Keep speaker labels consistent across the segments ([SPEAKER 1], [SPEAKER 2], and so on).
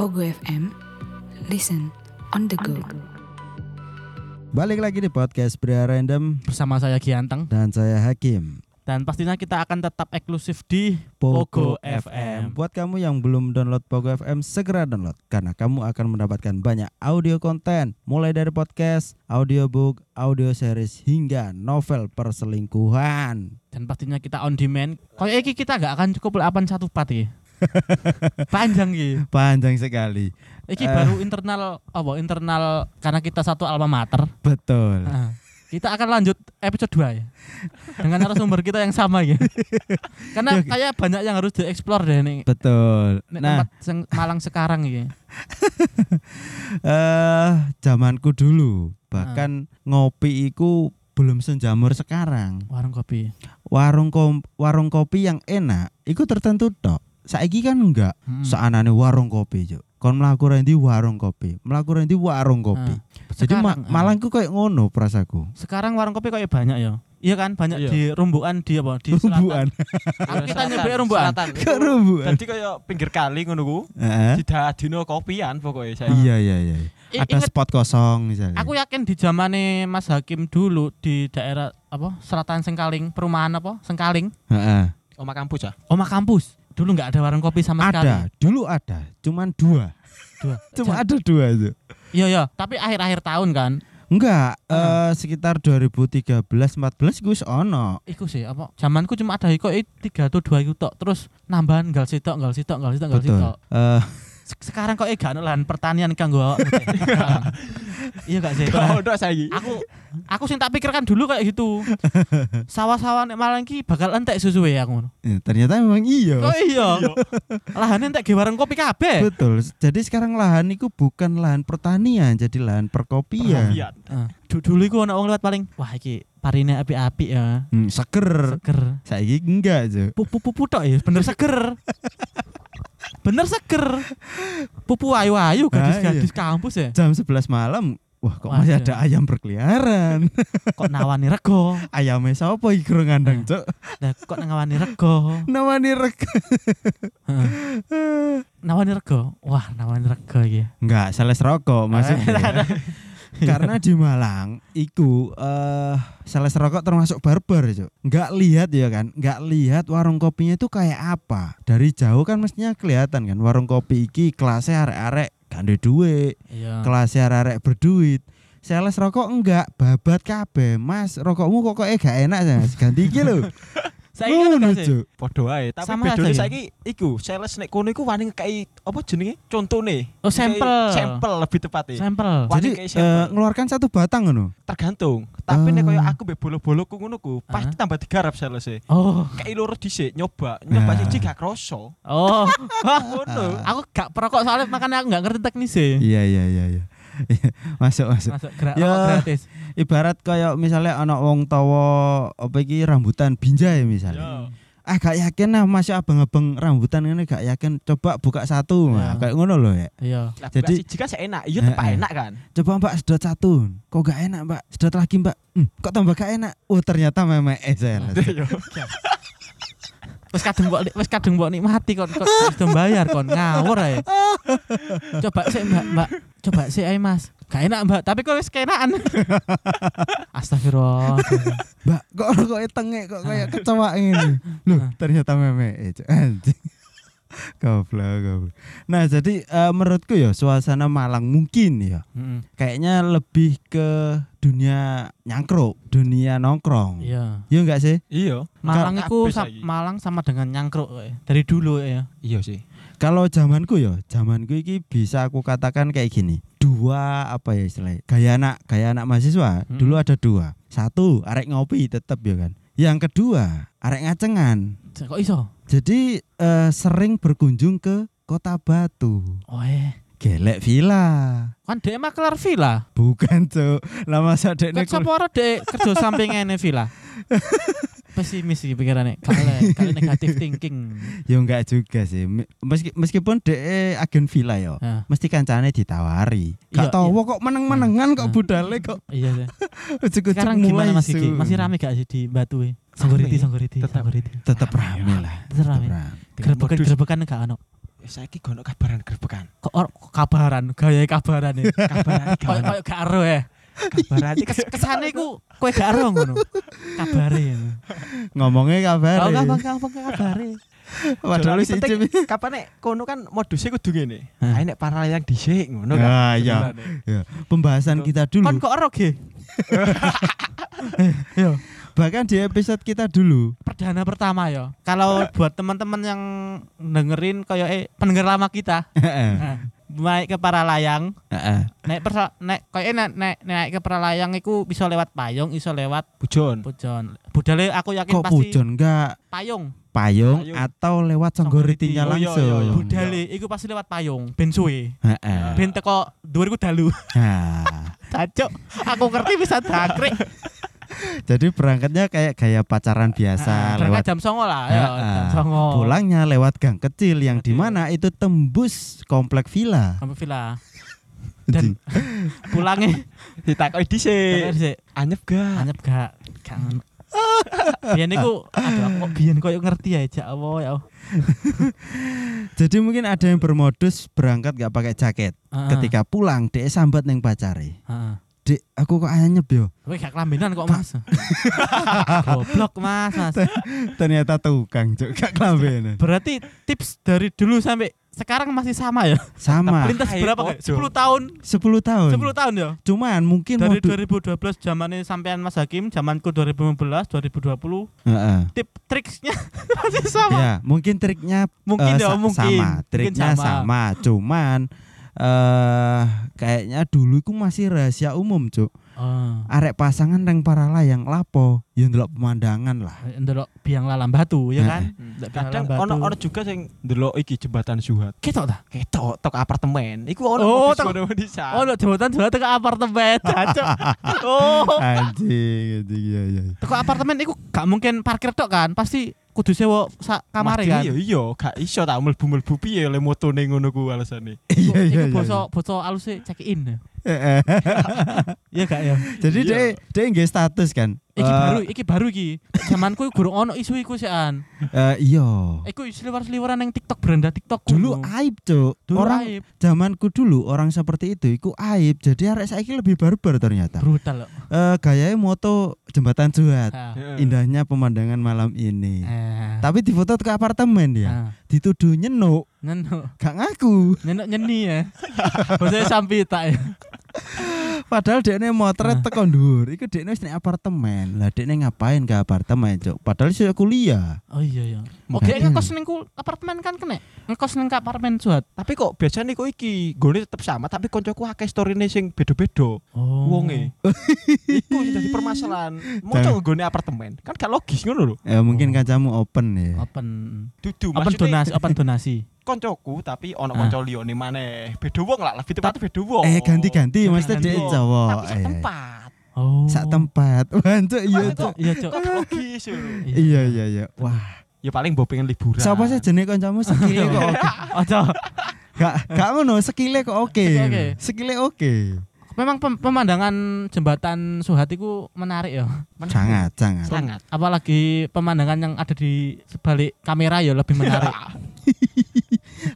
[SPEAKER 1] Ogo FM. Listen on the go.
[SPEAKER 2] Balik lagi di podcast Pria Random
[SPEAKER 3] bersama saya Gianteng
[SPEAKER 2] dan saya Hakim.
[SPEAKER 3] dan pastinya kita akan tetap eksklusif di Pogo FM.
[SPEAKER 2] Buat kamu yang belum download Pogo FM, segera download karena kamu akan mendapatkan banyak audio konten mulai dari podcast, audiobook, audio series hingga novel perselingkuhan.
[SPEAKER 3] dan pastinya kita on demand. Kayak iki kita nggak akan cukup lapan satu part iki. Panjang iki.
[SPEAKER 2] Panjang sekali.
[SPEAKER 3] Iki
[SPEAKER 2] Eh.
[SPEAKER 3] baru internal apa internal karena kita satu alma mater.
[SPEAKER 2] Betul.
[SPEAKER 3] Nah, kita akan lanjut episode 2 ya. Dengan narasumber kita yang sama ya. Karena kayak banyak yang harus dieksplor deh nih.
[SPEAKER 2] Betul.
[SPEAKER 3] Nek
[SPEAKER 2] Iya. Nah,
[SPEAKER 3] tempat seng- Malang sekarang ya.
[SPEAKER 2] eh zamanku dulu bahkan ngopi iku belum senjamur sekarang.
[SPEAKER 3] Warung kopi.
[SPEAKER 2] warung kom- warung kopi yang enak iku tertentu tok saiki kan enggak
[SPEAKER 3] Hmm.
[SPEAKER 2] seanane warung kopi juk kon mlaku rendi warung kopi mlaku rendi warung kopi
[SPEAKER 3] Nah,
[SPEAKER 2] jadi ma-
[SPEAKER 3] sekarang, eh.
[SPEAKER 2] malah iku kayak ngono perasaku
[SPEAKER 3] Sekarang warung kopi kayak banyak ya. Iya kan banyak
[SPEAKER 4] Iya.
[SPEAKER 3] di rumbukan di apa di selatan.
[SPEAKER 2] rumbuan
[SPEAKER 3] Aku kita
[SPEAKER 4] Selatan,
[SPEAKER 3] nyebutnya rumbukan.
[SPEAKER 4] selatan.
[SPEAKER 2] ke rumbuan
[SPEAKER 4] Jadi kayak pinggir kali ngono ku.
[SPEAKER 2] Heeh.
[SPEAKER 4] Didadino kopian pokoknya saya.
[SPEAKER 2] iya iya iya
[SPEAKER 3] Ah. I-
[SPEAKER 2] ada
[SPEAKER 3] inget,
[SPEAKER 2] spot kosong misalnya
[SPEAKER 3] aku ya- yakin di zamane Mas Hakim dulu di daerah apa Selatan Sengkaling, perumahan apa Sengkaling,
[SPEAKER 2] Heeh.
[SPEAKER 3] Oh,
[SPEAKER 4] Oma kampus ya.
[SPEAKER 3] Oma kampus. Dulu nggak ada warung kopi sama sekali.
[SPEAKER 2] ada dulu ada cuman dua
[SPEAKER 3] Dua.
[SPEAKER 2] cuma
[SPEAKER 3] Ja-
[SPEAKER 2] ada dua itu
[SPEAKER 3] Iya iya, tapi akhir-akhir tahun kan.
[SPEAKER 2] enggak
[SPEAKER 3] Ah.
[SPEAKER 2] eh, sekitar 2013 14 gue ono
[SPEAKER 3] Iku sih apa? Zamanku cuma ada kok i- tiga atau dua itu tok. Terus nambahan gal sitok, gal sitok, gal sitok, gal
[SPEAKER 2] betul
[SPEAKER 3] sitok.
[SPEAKER 2] Eh,
[SPEAKER 3] Se- Sekarang kok eh gak ada lahan pertanian kanggo awak. Iya gak sih?
[SPEAKER 4] Ono saiki.
[SPEAKER 3] aku aku sing tak pikirkan dulu kayak gitu sawah-sawah nek Malang ki bakal entek susuwe aku
[SPEAKER 2] ya, ternyata memang iya
[SPEAKER 3] oh iya lahannya entek ge warung kopi kabeh
[SPEAKER 2] Betul. Jadi sekarang lahan itu bukan lahan pertanian, jadi lahan
[SPEAKER 4] Iya.
[SPEAKER 2] perkopian.
[SPEAKER 4] Kopian.
[SPEAKER 3] Ah, du- dulu iku ana wong lewat paling wah iki parine apik-apik ya
[SPEAKER 2] Hmm, seger.
[SPEAKER 3] seger
[SPEAKER 2] Saiki enggak, Cuk.
[SPEAKER 3] pupu-pupu tok ya bener seger bener seger pupu ayu-ayu gadis-gadis kampus ya
[SPEAKER 2] Jam 11 malam, wah kok masih
[SPEAKER 3] Waduh.
[SPEAKER 2] ada ayam berkeliaran.
[SPEAKER 3] kok nawani rego
[SPEAKER 2] Ayamnya sapa iki kro ngandang, Cuk?
[SPEAKER 3] nah, kok nawani rego
[SPEAKER 2] Namane rek.
[SPEAKER 3] Heeh. nawani rego wah nawani rego iki
[SPEAKER 2] Enggak, sales rokok maksudnya. Karena di Malang iku eh sales rokok termasuk barbar, Cuk. Enggak lihat ya kan, enggak lihat warung kopinya itu kayak apa. Dari jauh kan mestinya kelihatan kan warung kopi iki kelasnya arek-arek gandhe duit,
[SPEAKER 3] iya
[SPEAKER 2] kelas arek berduit sales rokok enggak babat kabeh mas rokokmu kok kok gak enak ya mas ganti iki lho
[SPEAKER 3] saya ingat
[SPEAKER 2] Ngono,
[SPEAKER 3] gak sih?
[SPEAKER 2] Cuk.
[SPEAKER 4] Padha wae, tapi
[SPEAKER 3] Sama aja
[SPEAKER 4] bedone
[SPEAKER 3] ya?
[SPEAKER 4] saiki iku sales nek kono iku wani ngekei apa jenenge? Contone.
[SPEAKER 3] Oh, sampel.
[SPEAKER 4] Ngekei Iya, Sampel lebih tepatnya.
[SPEAKER 3] sampel
[SPEAKER 4] Wah,
[SPEAKER 2] jadi
[SPEAKER 4] ini kayak
[SPEAKER 2] eh,
[SPEAKER 4] sampel.
[SPEAKER 2] ngeluarkan satu batang ngono
[SPEAKER 4] Tergantung. Tapi nek
[SPEAKER 2] Ah.
[SPEAKER 3] Oh.
[SPEAKER 4] koyo aku mbek bolo-boloku ngono ku, pasti
[SPEAKER 3] Ah.
[SPEAKER 4] tambah digarap sales
[SPEAKER 3] Oh,
[SPEAKER 4] Kayak loro dhisik nyoba, nyoba
[SPEAKER 2] Nah.
[SPEAKER 4] siji gak kroso.
[SPEAKER 3] oh,
[SPEAKER 4] Ngono.
[SPEAKER 3] aku gak perokok soalnya makanya aku gak ngerti teknis sih.
[SPEAKER 2] iya iya iya iya masuk masuk
[SPEAKER 3] Masuk gerak
[SPEAKER 2] Ya.
[SPEAKER 3] rokok gratis.
[SPEAKER 2] ibarat kayak misalnya anak wong tawa apa iki rambutan binjai misalnya
[SPEAKER 4] Yo.
[SPEAKER 2] ah gak yakin nah masih abang-abang rambutan ini gak yakin coba buka satu Nah,
[SPEAKER 3] Ya.
[SPEAKER 2] kayak ngono loh ya
[SPEAKER 3] Iya.
[SPEAKER 4] Lah
[SPEAKER 2] Jadi-
[SPEAKER 4] Jadi, siji kan enak, iya
[SPEAKER 3] Nah,
[SPEAKER 4] tepak
[SPEAKER 3] eh.
[SPEAKER 2] Heeh.
[SPEAKER 4] enak kan.
[SPEAKER 2] coba mbak sedot satu kok gak enak mbak sedot lagi mbak Hmm, kok tambah gak enak oh ternyata meme sales
[SPEAKER 4] Yo.
[SPEAKER 3] Wes kadung kok wes kadung kok nikmati kon kok wis bayar kon ngawur ae. Coba sih Mbak, Mbak. Coba sih ae Mas. Gak enak Mbak, tapi kok wis kenaan. Astagfirullah.
[SPEAKER 2] Mbak, kok rokoknya tengek kok kayak kecewa ini. Loh, ternyata meme. Eh, Cuk. Anjing. Goblok, goblok. Nah, jadi eh, menurutku ya suasana Malang mungkin ya
[SPEAKER 3] Mm-mm.
[SPEAKER 2] kayaknya lebih ke dunia nyangkruk, dunia nongkrong. Iya
[SPEAKER 3] Iya.
[SPEAKER 2] enggak sih?
[SPEAKER 4] Iya.
[SPEAKER 3] Malang
[SPEAKER 4] Kabeh
[SPEAKER 3] iku sa-
[SPEAKER 4] saiki.
[SPEAKER 3] Malang sama dengan nyangkruk eh. dari dulu ya.
[SPEAKER 4] Iya sih.
[SPEAKER 2] Kalau zamanku ya, zamanku iki bisa aku katakan kayak gini. Dua apa ya istilahnya? Gaya anak, gaya anak mahasiswa.
[SPEAKER 3] Mm-mm.
[SPEAKER 2] Dulu ada dua. Satu, arek ngopi tetep ya kan. Yang kedua, arek ngacengan.
[SPEAKER 3] Kok iso?
[SPEAKER 2] Jadi eh, sering berkunjung ke Kota Batu.
[SPEAKER 3] Oh eh.
[SPEAKER 2] Gelek villa.
[SPEAKER 3] Kan dhek makelar villa.
[SPEAKER 2] Bukan, Cuk. Lah masa dekne
[SPEAKER 3] Kan
[SPEAKER 2] kul-
[SPEAKER 3] sapa ora dek kerja samping ngene Vila. Pesimis iki pikirane, kale kale negatif thinking.
[SPEAKER 2] Ya enggak juga sih. Me- meski- meskipun dek agen villa ya.
[SPEAKER 3] Nah,
[SPEAKER 2] Mesti kancane ditawari. Gak
[SPEAKER 3] Iya,
[SPEAKER 2] tau
[SPEAKER 3] iya.
[SPEAKER 2] wah, kok meneng-menengan kok
[SPEAKER 3] Hmm.
[SPEAKER 2] budale kok
[SPEAKER 3] iya sih.
[SPEAKER 2] cukup
[SPEAKER 3] Sekarang gimana Mas Iki? Masih rame gak sih di Batu e? Sangguriti,
[SPEAKER 4] Rame.
[SPEAKER 3] sangguriti,
[SPEAKER 4] Tetap.
[SPEAKER 3] sangguriti.
[SPEAKER 2] Tetap rame lah.
[SPEAKER 3] Terus
[SPEAKER 2] Tetap
[SPEAKER 3] rame.
[SPEAKER 2] rame.
[SPEAKER 3] Gerebekan gerebekan gak ono.
[SPEAKER 4] saiki gono kabaran gerbekan.
[SPEAKER 3] Kok or- kok kabaran, gaya kabaran ya.
[SPEAKER 4] Kabaran iki
[SPEAKER 3] Kayak
[SPEAKER 4] gono.
[SPEAKER 3] kayak gak ero ya. Kabaran iki kes- kesane iku kowe gak ero ngono. Kabare.
[SPEAKER 2] Ngomongnya kabar.
[SPEAKER 3] Kau
[SPEAKER 2] ya.
[SPEAKER 3] gampang-gampang kabare.
[SPEAKER 2] Padahal
[SPEAKER 4] Jolani
[SPEAKER 2] wis
[SPEAKER 4] penting,
[SPEAKER 2] ijim.
[SPEAKER 4] Kapan nek kono kan modusnya kudu ngene.
[SPEAKER 3] Hah.
[SPEAKER 4] Ae nek paralelang dhisik ngono kan.
[SPEAKER 2] Nah, iya. Ya. Pembahasan kita
[SPEAKER 4] Hmm.
[SPEAKER 3] Kon
[SPEAKER 2] dulu.
[SPEAKER 3] kok ero ge? Yo.
[SPEAKER 2] Bahkan di episode kita dulu.
[SPEAKER 3] perdana pertama ya. Kalau buat teman-teman yang dengerin kayak eh pendengar lama kita,
[SPEAKER 2] Heeh.
[SPEAKER 3] nah, naik ke para layang,
[SPEAKER 2] Heeh.
[SPEAKER 3] naik persa, naik kayak eh, naik, naik, naik ke para layang itu bisa lewat payung, bisa lewat
[SPEAKER 4] Bujon.
[SPEAKER 3] pujon. Budale aku yakin
[SPEAKER 2] Kok
[SPEAKER 3] pasti
[SPEAKER 2] pujon Iya. enggak
[SPEAKER 3] payung.
[SPEAKER 2] payung
[SPEAKER 4] Payung.
[SPEAKER 2] atau lewat songgoritinya
[SPEAKER 4] Oh, iya,
[SPEAKER 2] langsung.
[SPEAKER 4] iya, iya.
[SPEAKER 3] Budale iku pasti lewat payung, ben suwe.
[SPEAKER 2] Heeh.
[SPEAKER 3] Ben teko dhuwur iku dalu.
[SPEAKER 2] Nah,
[SPEAKER 3] Cacok, aku ngerti bisa dakrik.
[SPEAKER 2] Jadi berangkatnya kayak gaya pacaran biasa
[SPEAKER 3] Berangkat
[SPEAKER 2] lewat ah.
[SPEAKER 3] jam 09.00 lah, ya,
[SPEAKER 2] Heeh.
[SPEAKER 3] jam 09.00.
[SPEAKER 2] pulangnya lewat gang kecil yang di
[SPEAKER 3] Kecil.
[SPEAKER 2] mana itu tembus komplek villa.
[SPEAKER 3] Sampai villa. Dan pulangnya
[SPEAKER 4] Ditakoki dhisik.
[SPEAKER 3] Terus,
[SPEAKER 2] Ah.
[SPEAKER 4] Anyep gak?
[SPEAKER 3] Anyep gak gak
[SPEAKER 2] Hmm.
[SPEAKER 3] ngono. Biyen iku aduh aku
[SPEAKER 2] Ah.
[SPEAKER 3] kok biyen koyo ngerti ya jak apa ya. Allah.
[SPEAKER 2] Jadi mungkin ada yang bermodus berangkat gak pakai jaket.
[SPEAKER 3] Heeh,
[SPEAKER 2] Ketika pulang dia sambat neng pacare.
[SPEAKER 3] heeh.
[SPEAKER 2] Dek, aku kok anyep yo.
[SPEAKER 3] Ah. Kowe gak kelambinan kok Mas. Goblok Mas, Mas.
[SPEAKER 2] Ternyata tukang juga kelambenan.
[SPEAKER 3] Berarti tips dari dulu sampai sekarang masih sama ya.
[SPEAKER 2] Sama.
[SPEAKER 3] Lintas
[SPEAKER 4] Hai,
[SPEAKER 3] berapa?
[SPEAKER 4] ojo.
[SPEAKER 3] 10 tahun.
[SPEAKER 2] 10 tahun.
[SPEAKER 3] 10 tahun ya.
[SPEAKER 2] Cuman mungkin
[SPEAKER 3] Dari
[SPEAKER 2] modus
[SPEAKER 3] 2012 zamannya sampean Mas Hakim, zamanku 2015, 2020,
[SPEAKER 2] Heeh.
[SPEAKER 3] tip triksnya masih sama.
[SPEAKER 2] Ya, mungkin triknya
[SPEAKER 3] Mungkin
[SPEAKER 2] eh,
[SPEAKER 3] ya,
[SPEAKER 2] sa-
[SPEAKER 3] mungkin.
[SPEAKER 2] sama,
[SPEAKER 3] Mungkin
[SPEAKER 2] triknya sama. Cuman eh kayaknya dulu itu masih rahasia umum, Cuk.
[SPEAKER 3] Oh,
[SPEAKER 2] Arek pasangan nang para layang lapo, ya ndelok pemandangan lah.
[SPEAKER 3] Ah, ndelok biang lalam batu
[SPEAKER 2] Eh.
[SPEAKER 3] ya kan. Ndelok biang
[SPEAKER 4] Kadang
[SPEAKER 3] lalam batu.
[SPEAKER 4] ono ono juga sing ndelok iki jembatan Suhat.
[SPEAKER 3] ketok ta?
[SPEAKER 4] Ketok tok apartemen. Iku ono
[SPEAKER 3] Oh,
[SPEAKER 4] modus
[SPEAKER 3] tok-
[SPEAKER 4] ngono dhisik.
[SPEAKER 3] Oh, lo jembatan jembatan ke apartemen, cacok. Oh,
[SPEAKER 2] Anjing, anjing ya ya.
[SPEAKER 3] ke apartemen itu gak mungkin parkir tok kan? Pasti kudu sewa sak kamar
[SPEAKER 4] Mas
[SPEAKER 3] kan.
[SPEAKER 4] Dili, Iya iya, gak iso tak mlebu-mlebu piye le motone ngono ku alasane.
[SPEAKER 2] Iya iya.
[SPEAKER 3] Iku
[SPEAKER 2] iya.
[SPEAKER 3] boso boso alus e check in.
[SPEAKER 2] Heeh.
[SPEAKER 3] Iya gak ya?
[SPEAKER 2] Jadi
[SPEAKER 4] Iya.
[SPEAKER 2] dia dia nggih status kan.
[SPEAKER 3] Iki
[SPEAKER 2] Eh,
[SPEAKER 3] baru, iki baru iki. Zamanku gurung ono isu iku sean.
[SPEAKER 2] eh, iya.
[SPEAKER 3] Iku seliwer-seliweran yang TikTok beranda TikTok. ku.
[SPEAKER 2] Dulu aib, Cuk.
[SPEAKER 3] Dulu
[SPEAKER 2] orang
[SPEAKER 3] aib.
[SPEAKER 2] zamanku dulu orang seperti itu iku aib. Jadi arek saiki lebih barbar ternyata.
[SPEAKER 3] brutal loh.
[SPEAKER 2] Eh gayanya moto jembatan Suhat.
[SPEAKER 3] Ah.
[SPEAKER 2] Indahnya pemandangan malam ini.
[SPEAKER 3] Ah.
[SPEAKER 2] Iya. Tapi ya. difoto ke apartemen dia.
[SPEAKER 3] Ah.
[SPEAKER 2] Dituduh nyenuk,
[SPEAKER 3] Nyenuk,
[SPEAKER 2] gak ngaku.
[SPEAKER 3] nyenuk nyeni ya. Bosnya sampai tak ya.
[SPEAKER 2] Padahal dia motret
[SPEAKER 3] Ah.
[SPEAKER 2] teko dhuwur. Iku dia wis ning apartemen. Lah dia ngapain ke apartemen, Cuk? Padahal sih kuliah.
[SPEAKER 3] Oh iya iya.
[SPEAKER 2] Makanya.
[SPEAKER 3] Oke, ngekos ning ku- apartemen kan kena. Ngekos ning ke apartemen suat.
[SPEAKER 4] Tapi kok biasanya kok iki gone tetep sama tapi koncoku akeh storine sing beda-beda.
[SPEAKER 3] Oh.
[SPEAKER 4] Wonge. Iku sing dadi permasalahan.
[SPEAKER 3] Nah.
[SPEAKER 4] Mocok nggone apartemen. Kan gak logis ngono lho.
[SPEAKER 2] Ya mungkin
[SPEAKER 3] Oh.
[SPEAKER 2] kacamu open ya.
[SPEAKER 3] Open. Open
[SPEAKER 4] Dudu maksudnya
[SPEAKER 3] donasi, open donasi.
[SPEAKER 4] koncoku tapi ono
[SPEAKER 3] Ah.
[SPEAKER 4] konco liyane maneh. Beda wong lah, lebih tepatnya beda wong.
[SPEAKER 2] Eh ganti-ganti maksudnya dia
[SPEAKER 4] Ganti-ganti.
[SPEAKER 2] cowok.
[SPEAKER 4] Tapi sak
[SPEAKER 2] Eh,
[SPEAKER 4] tempat.
[SPEAKER 3] Oh.
[SPEAKER 2] Sak tempat. Wah, Cuk, iya,
[SPEAKER 4] Maksudnya
[SPEAKER 2] Cuk.
[SPEAKER 4] kok-
[SPEAKER 3] Iya, Cok.
[SPEAKER 4] Kok gak logis lho.
[SPEAKER 2] Iya iya iya. Wah,
[SPEAKER 4] Ya paling mbok pengen liburan.
[SPEAKER 2] sapa sih jenenge kancamu sekile kok oke.
[SPEAKER 3] Ojo.
[SPEAKER 2] Gak gak ngono, sekile kok oke.
[SPEAKER 3] Sekile oke.
[SPEAKER 2] Sekile oke.
[SPEAKER 3] Memang pem- pemandangan jembatan Suhatiku menarik ya.
[SPEAKER 2] Sangat, sangat.
[SPEAKER 4] Sangat.
[SPEAKER 3] Apalagi pemandangan yang ada di sebalik kamera ya lebih
[SPEAKER 2] Eh.
[SPEAKER 3] menarik.
[SPEAKER 4] Ah.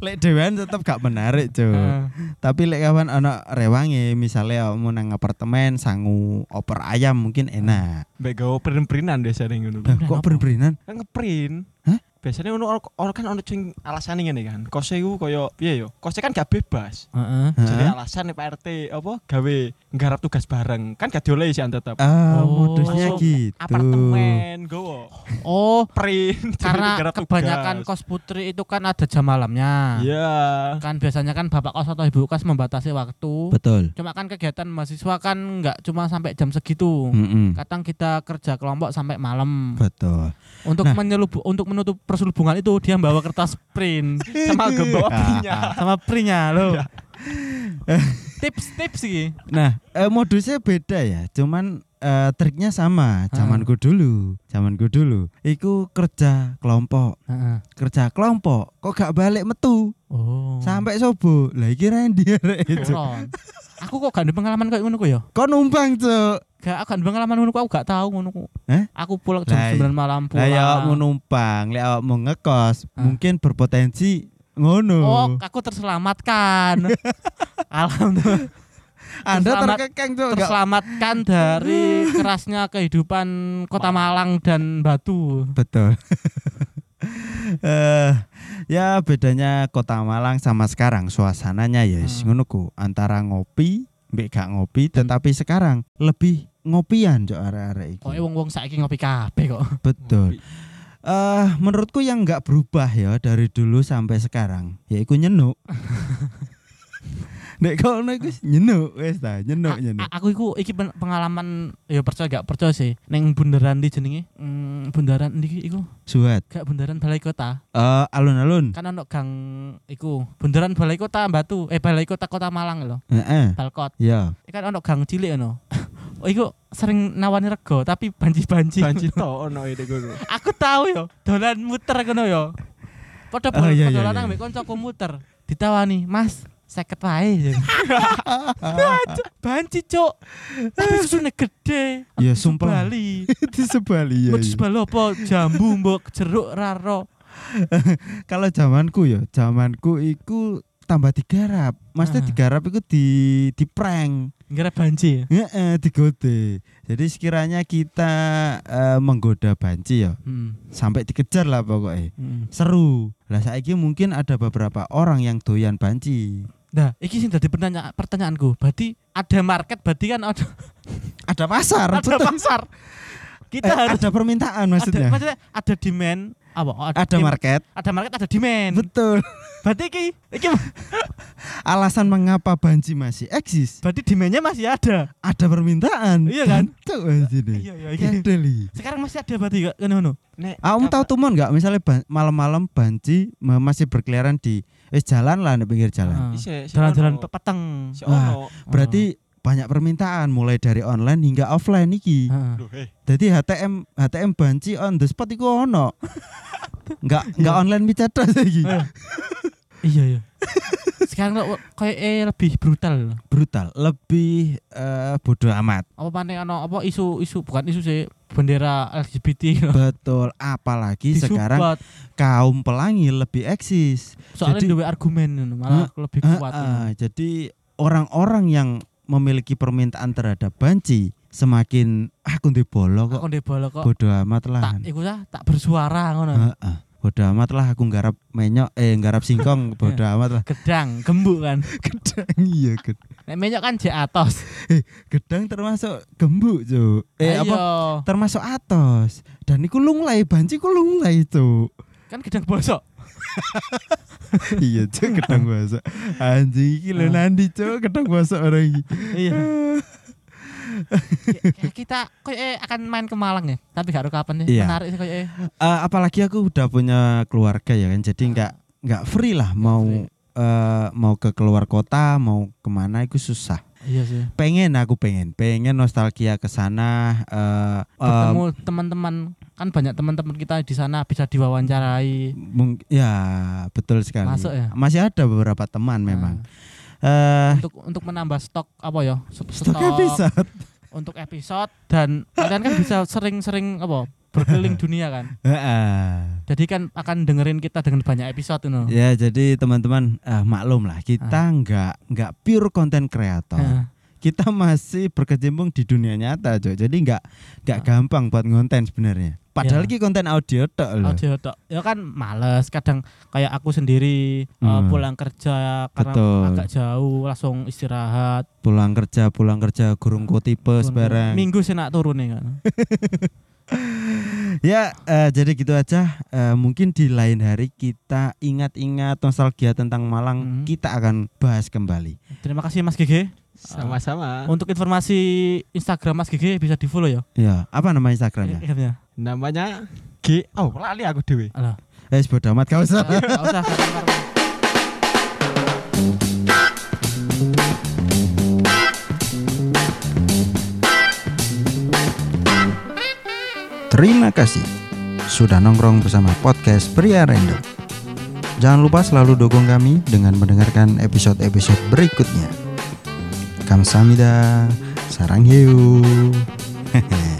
[SPEAKER 2] lek dewan tetap gak menarik cuy
[SPEAKER 3] Heeh.
[SPEAKER 2] tapi lek kawan ana rewangi misalnya mau nang apartemen sangu oper ayam mungkin enak
[SPEAKER 4] Mbak gawa print-printan biasanya ngono lho.
[SPEAKER 2] Lah,
[SPEAKER 3] Print
[SPEAKER 2] kok
[SPEAKER 3] Ah. apa?
[SPEAKER 2] berberinan
[SPEAKER 4] kan ngeprint
[SPEAKER 2] Hah?
[SPEAKER 4] biasanya ono ono kan ono sing alasan ngene kan kose iku koyo piye yo kose kan gak bebas
[SPEAKER 3] Heeh.
[SPEAKER 4] jadi
[SPEAKER 2] Heeh.
[SPEAKER 4] alasan nih Pak RT apa gawe nggarap tugas bareng kan gak dioleh sih tetep
[SPEAKER 2] ah
[SPEAKER 3] Oh.
[SPEAKER 2] modusnya
[SPEAKER 4] Langsung
[SPEAKER 2] gitu
[SPEAKER 4] apartemen gowo
[SPEAKER 3] Oh,
[SPEAKER 4] print jadi
[SPEAKER 3] karena
[SPEAKER 4] nggarap tugas.
[SPEAKER 3] kebanyakan kos putri itu kan ada jam malamnya.
[SPEAKER 4] iya
[SPEAKER 3] Kan biasanya kan bapak kos atau ibu kos membatasi waktu.
[SPEAKER 2] betul
[SPEAKER 3] Cuma kan kegiatan mahasiswa kan nggak cuma sampai jam segitu.
[SPEAKER 2] Mm-mm.
[SPEAKER 3] Kadang kita kerja kelompok sampai malam.
[SPEAKER 2] betul
[SPEAKER 3] Untuk
[SPEAKER 2] Nah.
[SPEAKER 3] menyelubu untuk menutup perselubungan itu dia bawa kertas print
[SPEAKER 4] sama gue bawa printnya
[SPEAKER 2] Ah.
[SPEAKER 3] sama prinya lo. Iya. Tips-tips sih.
[SPEAKER 2] nah eh, modusnya beda ya cuman eh, triknya
[SPEAKER 3] Ah.
[SPEAKER 2] sama zamanku dulu zamanku dulu iku kerja kelompok
[SPEAKER 3] Heeh.
[SPEAKER 2] kerja kelompok kok gak balik metu
[SPEAKER 3] Oh.
[SPEAKER 2] sampai sobo lah kira dia itu
[SPEAKER 3] Kulon. aku kok gak ada pengalaman kayak ngono ku ya?
[SPEAKER 2] kok numpang cuk
[SPEAKER 3] Gak aku gak ada pengalaman ngono ku, aku gak tahu ngono ku.
[SPEAKER 2] Eh?
[SPEAKER 3] Aku pulang jam
[SPEAKER 2] Lah, iya,
[SPEAKER 3] 9 malam
[SPEAKER 2] Lah
[SPEAKER 3] pulang.
[SPEAKER 2] ya awakmu numpang, lek awakmu ngekos,
[SPEAKER 3] Ah.
[SPEAKER 2] mungkin berpotensi Ngono.
[SPEAKER 3] Oh, aku terselamatkan. Alhamdulillah.
[SPEAKER 2] Anda
[SPEAKER 3] terselamat-
[SPEAKER 2] terkekang tuh enggak
[SPEAKER 3] Terselamatkan dari kerasnya kehidupan Kota Malang dan Batu.
[SPEAKER 2] Betul. eh ya bedanya kota Malang sama sekarang suasananya ya yes,
[SPEAKER 3] Hmm.
[SPEAKER 2] ngono ku. antara ngopi mbek gak ngopi tetapi sekarang lebih ngopian cok arek-arek iki.
[SPEAKER 3] Kok wong-wong saiki ngopi kabeh kok.
[SPEAKER 2] Betul. Eh menurutku yang nggak berubah ya dari dulu sampai sekarang yaiku nyenuk. Nek kau nek wis nyenuk wis ta, nyenuk
[SPEAKER 3] A-
[SPEAKER 2] nyenuk.
[SPEAKER 3] a- aku iku iki pen- pengalaman ya percaya gak percaya sih. Neng bundaran di jenenge. Hmm, bundaran ndi iku?
[SPEAKER 2] Suat.
[SPEAKER 3] Gak bundaran Balai Kota.
[SPEAKER 2] Eh alun-alun.
[SPEAKER 3] Kan ono gang iku. Bundaran Balai Kota Batu. Eh Balai Kota Kota Malang lho.
[SPEAKER 2] Heeh.
[SPEAKER 3] Balkot.
[SPEAKER 2] Ya.
[SPEAKER 3] Iku kan ono gang cilik ono. oh, iku sering nawani rego tapi banci-banci.
[SPEAKER 4] Banci to ono ide oh, guru.
[SPEAKER 3] aku tahu yo dolan muter kono yo padha
[SPEAKER 2] Oh,
[SPEAKER 3] oh,
[SPEAKER 2] iya,
[SPEAKER 3] iya,
[SPEAKER 2] iya,
[SPEAKER 3] dolan
[SPEAKER 2] iya.
[SPEAKER 3] ambek kancaku muter ditawani mas seket wae Cuk, banci cuk tapi susune gede
[SPEAKER 2] Ya,
[SPEAKER 3] Aku
[SPEAKER 2] sumpah.
[SPEAKER 3] Bali
[SPEAKER 2] Di sebali ya.
[SPEAKER 3] mau sebal apa jambu mbok jeruk raro
[SPEAKER 2] kalau zamanku ya, zamanku iku tambah digarap. Maksudnya
[SPEAKER 3] Ah.
[SPEAKER 2] digarap iku di di prank,
[SPEAKER 3] ngira banci ya
[SPEAKER 2] heeh, digode. Jadi sekiranya kita eh, menggoda banci ya,
[SPEAKER 3] hmm.
[SPEAKER 2] sampai dikejar lah pokoknya.
[SPEAKER 3] hmm.
[SPEAKER 2] Seru. Lah saiki mungkin ada beberapa orang yang doyan banci.
[SPEAKER 3] nah iki sing dadi pertanya- pertanyaanku berarti ada market berarti kan ada,
[SPEAKER 2] Ada pasar,
[SPEAKER 3] ada
[SPEAKER 2] betul.
[SPEAKER 3] pasar kita
[SPEAKER 2] Eh,
[SPEAKER 3] harus
[SPEAKER 2] ada permintaan maksudnya.
[SPEAKER 3] ada, Iya,
[SPEAKER 2] Ada,
[SPEAKER 3] maksudnya ada demand apa dem-
[SPEAKER 2] market.
[SPEAKER 3] ada market ada demand
[SPEAKER 2] Betul.
[SPEAKER 3] berarti iki iki
[SPEAKER 2] Alasan mengapa banci masih eksis?
[SPEAKER 3] Berarti demandnya masih ada.
[SPEAKER 2] Ada permintaan.
[SPEAKER 3] Iya kan?
[SPEAKER 2] Bantu banci ini.
[SPEAKER 3] iya
[SPEAKER 2] Kedel iki.
[SPEAKER 3] Sekarang masih ada berarti gak ngono ngono.
[SPEAKER 4] Nek
[SPEAKER 2] Ah, Kamu tahu tuh nggak misalnya ban- malam-malam banci ma- masih berkeliaran di eh jalan lah di pinggir jalan.
[SPEAKER 3] Ah,
[SPEAKER 4] Isi- si
[SPEAKER 3] Jalan-jalan
[SPEAKER 4] ono.
[SPEAKER 3] pe- peteng.
[SPEAKER 4] Si
[SPEAKER 2] Wah.
[SPEAKER 4] ono.
[SPEAKER 2] Berarti banyak permintaan mulai dari online hingga offline iki.
[SPEAKER 3] Heeh.
[SPEAKER 4] Duh, eh.
[SPEAKER 2] Jadi HTM HTM banci on the spot iku ono. Nggak nggak online bicara iki.
[SPEAKER 3] Eh. Iya iya. Sekarang kok kayak eh, lebih brutal.
[SPEAKER 2] Brutal, lebih eh, bodoh amat.
[SPEAKER 3] Apa maneh ono apa isu-isu bukan isu sih bendera LGBT.
[SPEAKER 2] Betul, apalagi sekarang
[SPEAKER 3] Disupport.
[SPEAKER 2] kaum pelangi lebih eksis.
[SPEAKER 3] soalnya
[SPEAKER 2] jadi-
[SPEAKER 3] dua argumen ngono, malah lebih kuat.
[SPEAKER 2] Ah, ah, jadi orang-orang yang memiliki permintaan terhadap banci semakin ah kundi bolo kok
[SPEAKER 3] Kok ndek bola kok
[SPEAKER 2] bodoh amat lah.
[SPEAKER 3] tak iku lah tak bersuara ngono.
[SPEAKER 2] Heeh. Bodoh amat lah aku nggarap menyok eh nggarap singkong bodoh
[SPEAKER 3] Iya.
[SPEAKER 2] amat lah.
[SPEAKER 3] Gedang, gembuk kan.
[SPEAKER 2] Gedang iya ged-
[SPEAKER 3] Nek menyok kan jek atos.
[SPEAKER 2] gedang termasuk gembuk cuk. Eh
[SPEAKER 3] Ayo.
[SPEAKER 2] apa termasuk atos. Dan iku lunglai banci ku lunglai cuk.
[SPEAKER 3] Kan gedang bosok.
[SPEAKER 2] iya cuk gedang basah. Anjing iki lho
[SPEAKER 3] Ah.
[SPEAKER 2] nandi cuk gedang basah orang iki.
[SPEAKER 3] Iya. Kayak kita kayak eh, akan main ke Malang ya tapi gak tahu kapan ya
[SPEAKER 2] Iya.
[SPEAKER 3] menarik sih kayak eh.
[SPEAKER 2] Eh, apalagi aku udah punya keluarga ya kan. Jadi nggak nggak free lah mau
[SPEAKER 3] free.
[SPEAKER 2] eh, mau ke keluar kota, mau kemana itu susah.
[SPEAKER 3] iya sih
[SPEAKER 2] Pengen aku pengen, pengen nostalgia ke sana eh, eh,
[SPEAKER 3] ketemu teman-teman kan banyak teman-teman kita di sana bisa diwawancarai
[SPEAKER 2] Mung- ya betul sekali.
[SPEAKER 3] Masuk ya? Ah.
[SPEAKER 2] Masih ada beberapa teman memang. Eh
[SPEAKER 3] Nah, untuk untuk menambah stok apa ya stok,
[SPEAKER 2] stok episode.
[SPEAKER 3] untuk episode dan kalian kan bisa sering-sering apa berkeliling dunia kan
[SPEAKER 2] Heeh.
[SPEAKER 3] jadi kan akan dengerin kita dengan banyak episode itu
[SPEAKER 2] ya jadi teman-teman eh, maklum lah
[SPEAKER 3] Ah.
[SPEAKER 2] kita nggak nggak pure content creator.
[SPEAKER 3] Heeh.
[SPEAKER 2] Kita masih berkecimpung di dunia nyata, Cok. Jadi nggak nggak
[SPEAKER 3] Ah.
[SPEAKER 2] gampang buat ngonten sebenarnya. Padahal
[SPEAKER 3] Ya.
[SPEAKER 2] ki konten Iya. audio tok lho.
[SPEAKER 3] audio tok. ya kan males kadang kayak aku sendiri eh,
[SPEAKER 2] Hmm.
[SPEAKER 3] pulang kerja karena
[SPEAKER 2] Betul.
[SPEAKER 3] agak jauh langsung istirahat
[SPEAKER 2] Pulang kerja, pulang kerja Ah. gurung ku tipes
[SPEAKER 3] Turun.
[SPEAKER 2] bareng.
[SPEAKER 3] Minggu sih nak turun ya kan.
[SPEAKER 2] Ya, eh, jadi gitu aja. Eh, mungkin di lain hari kita ingat-ingat nostalgia tentang Malang,
[SPEAKER 3] Mhm.
[SPEAKER 2] kita akan bahas kembali.
[SPEAKER 3] Terima kasih Mas GG.
[SPEAKER 4] Sama-sama.
[SPEAKER 3] Untuk informasi Instagram Mas GG bisa di follow ya. Iya,
[SPEAKER 2] Ya, apa nama Instagramnya?
[SPEAKER 3] Akhirnya.
[SPEAKER 4] Namanya G. Oh, lali aku dhewe.
[SPEAKER 3] Alah.
[SPEAKER 2] Eh, bodo amat gak usah.
[SPEAKER 3] Enggak usah. nggak apa-apa.
[SPEAKER 2] Terima kasih sudah nongkrong bersama podcast Pria Random. Jangan lupa selalu dukung kami dengan mendengarkan episode-episode berikutnya. Kamsahamnida, sarang hiu. Hehehe.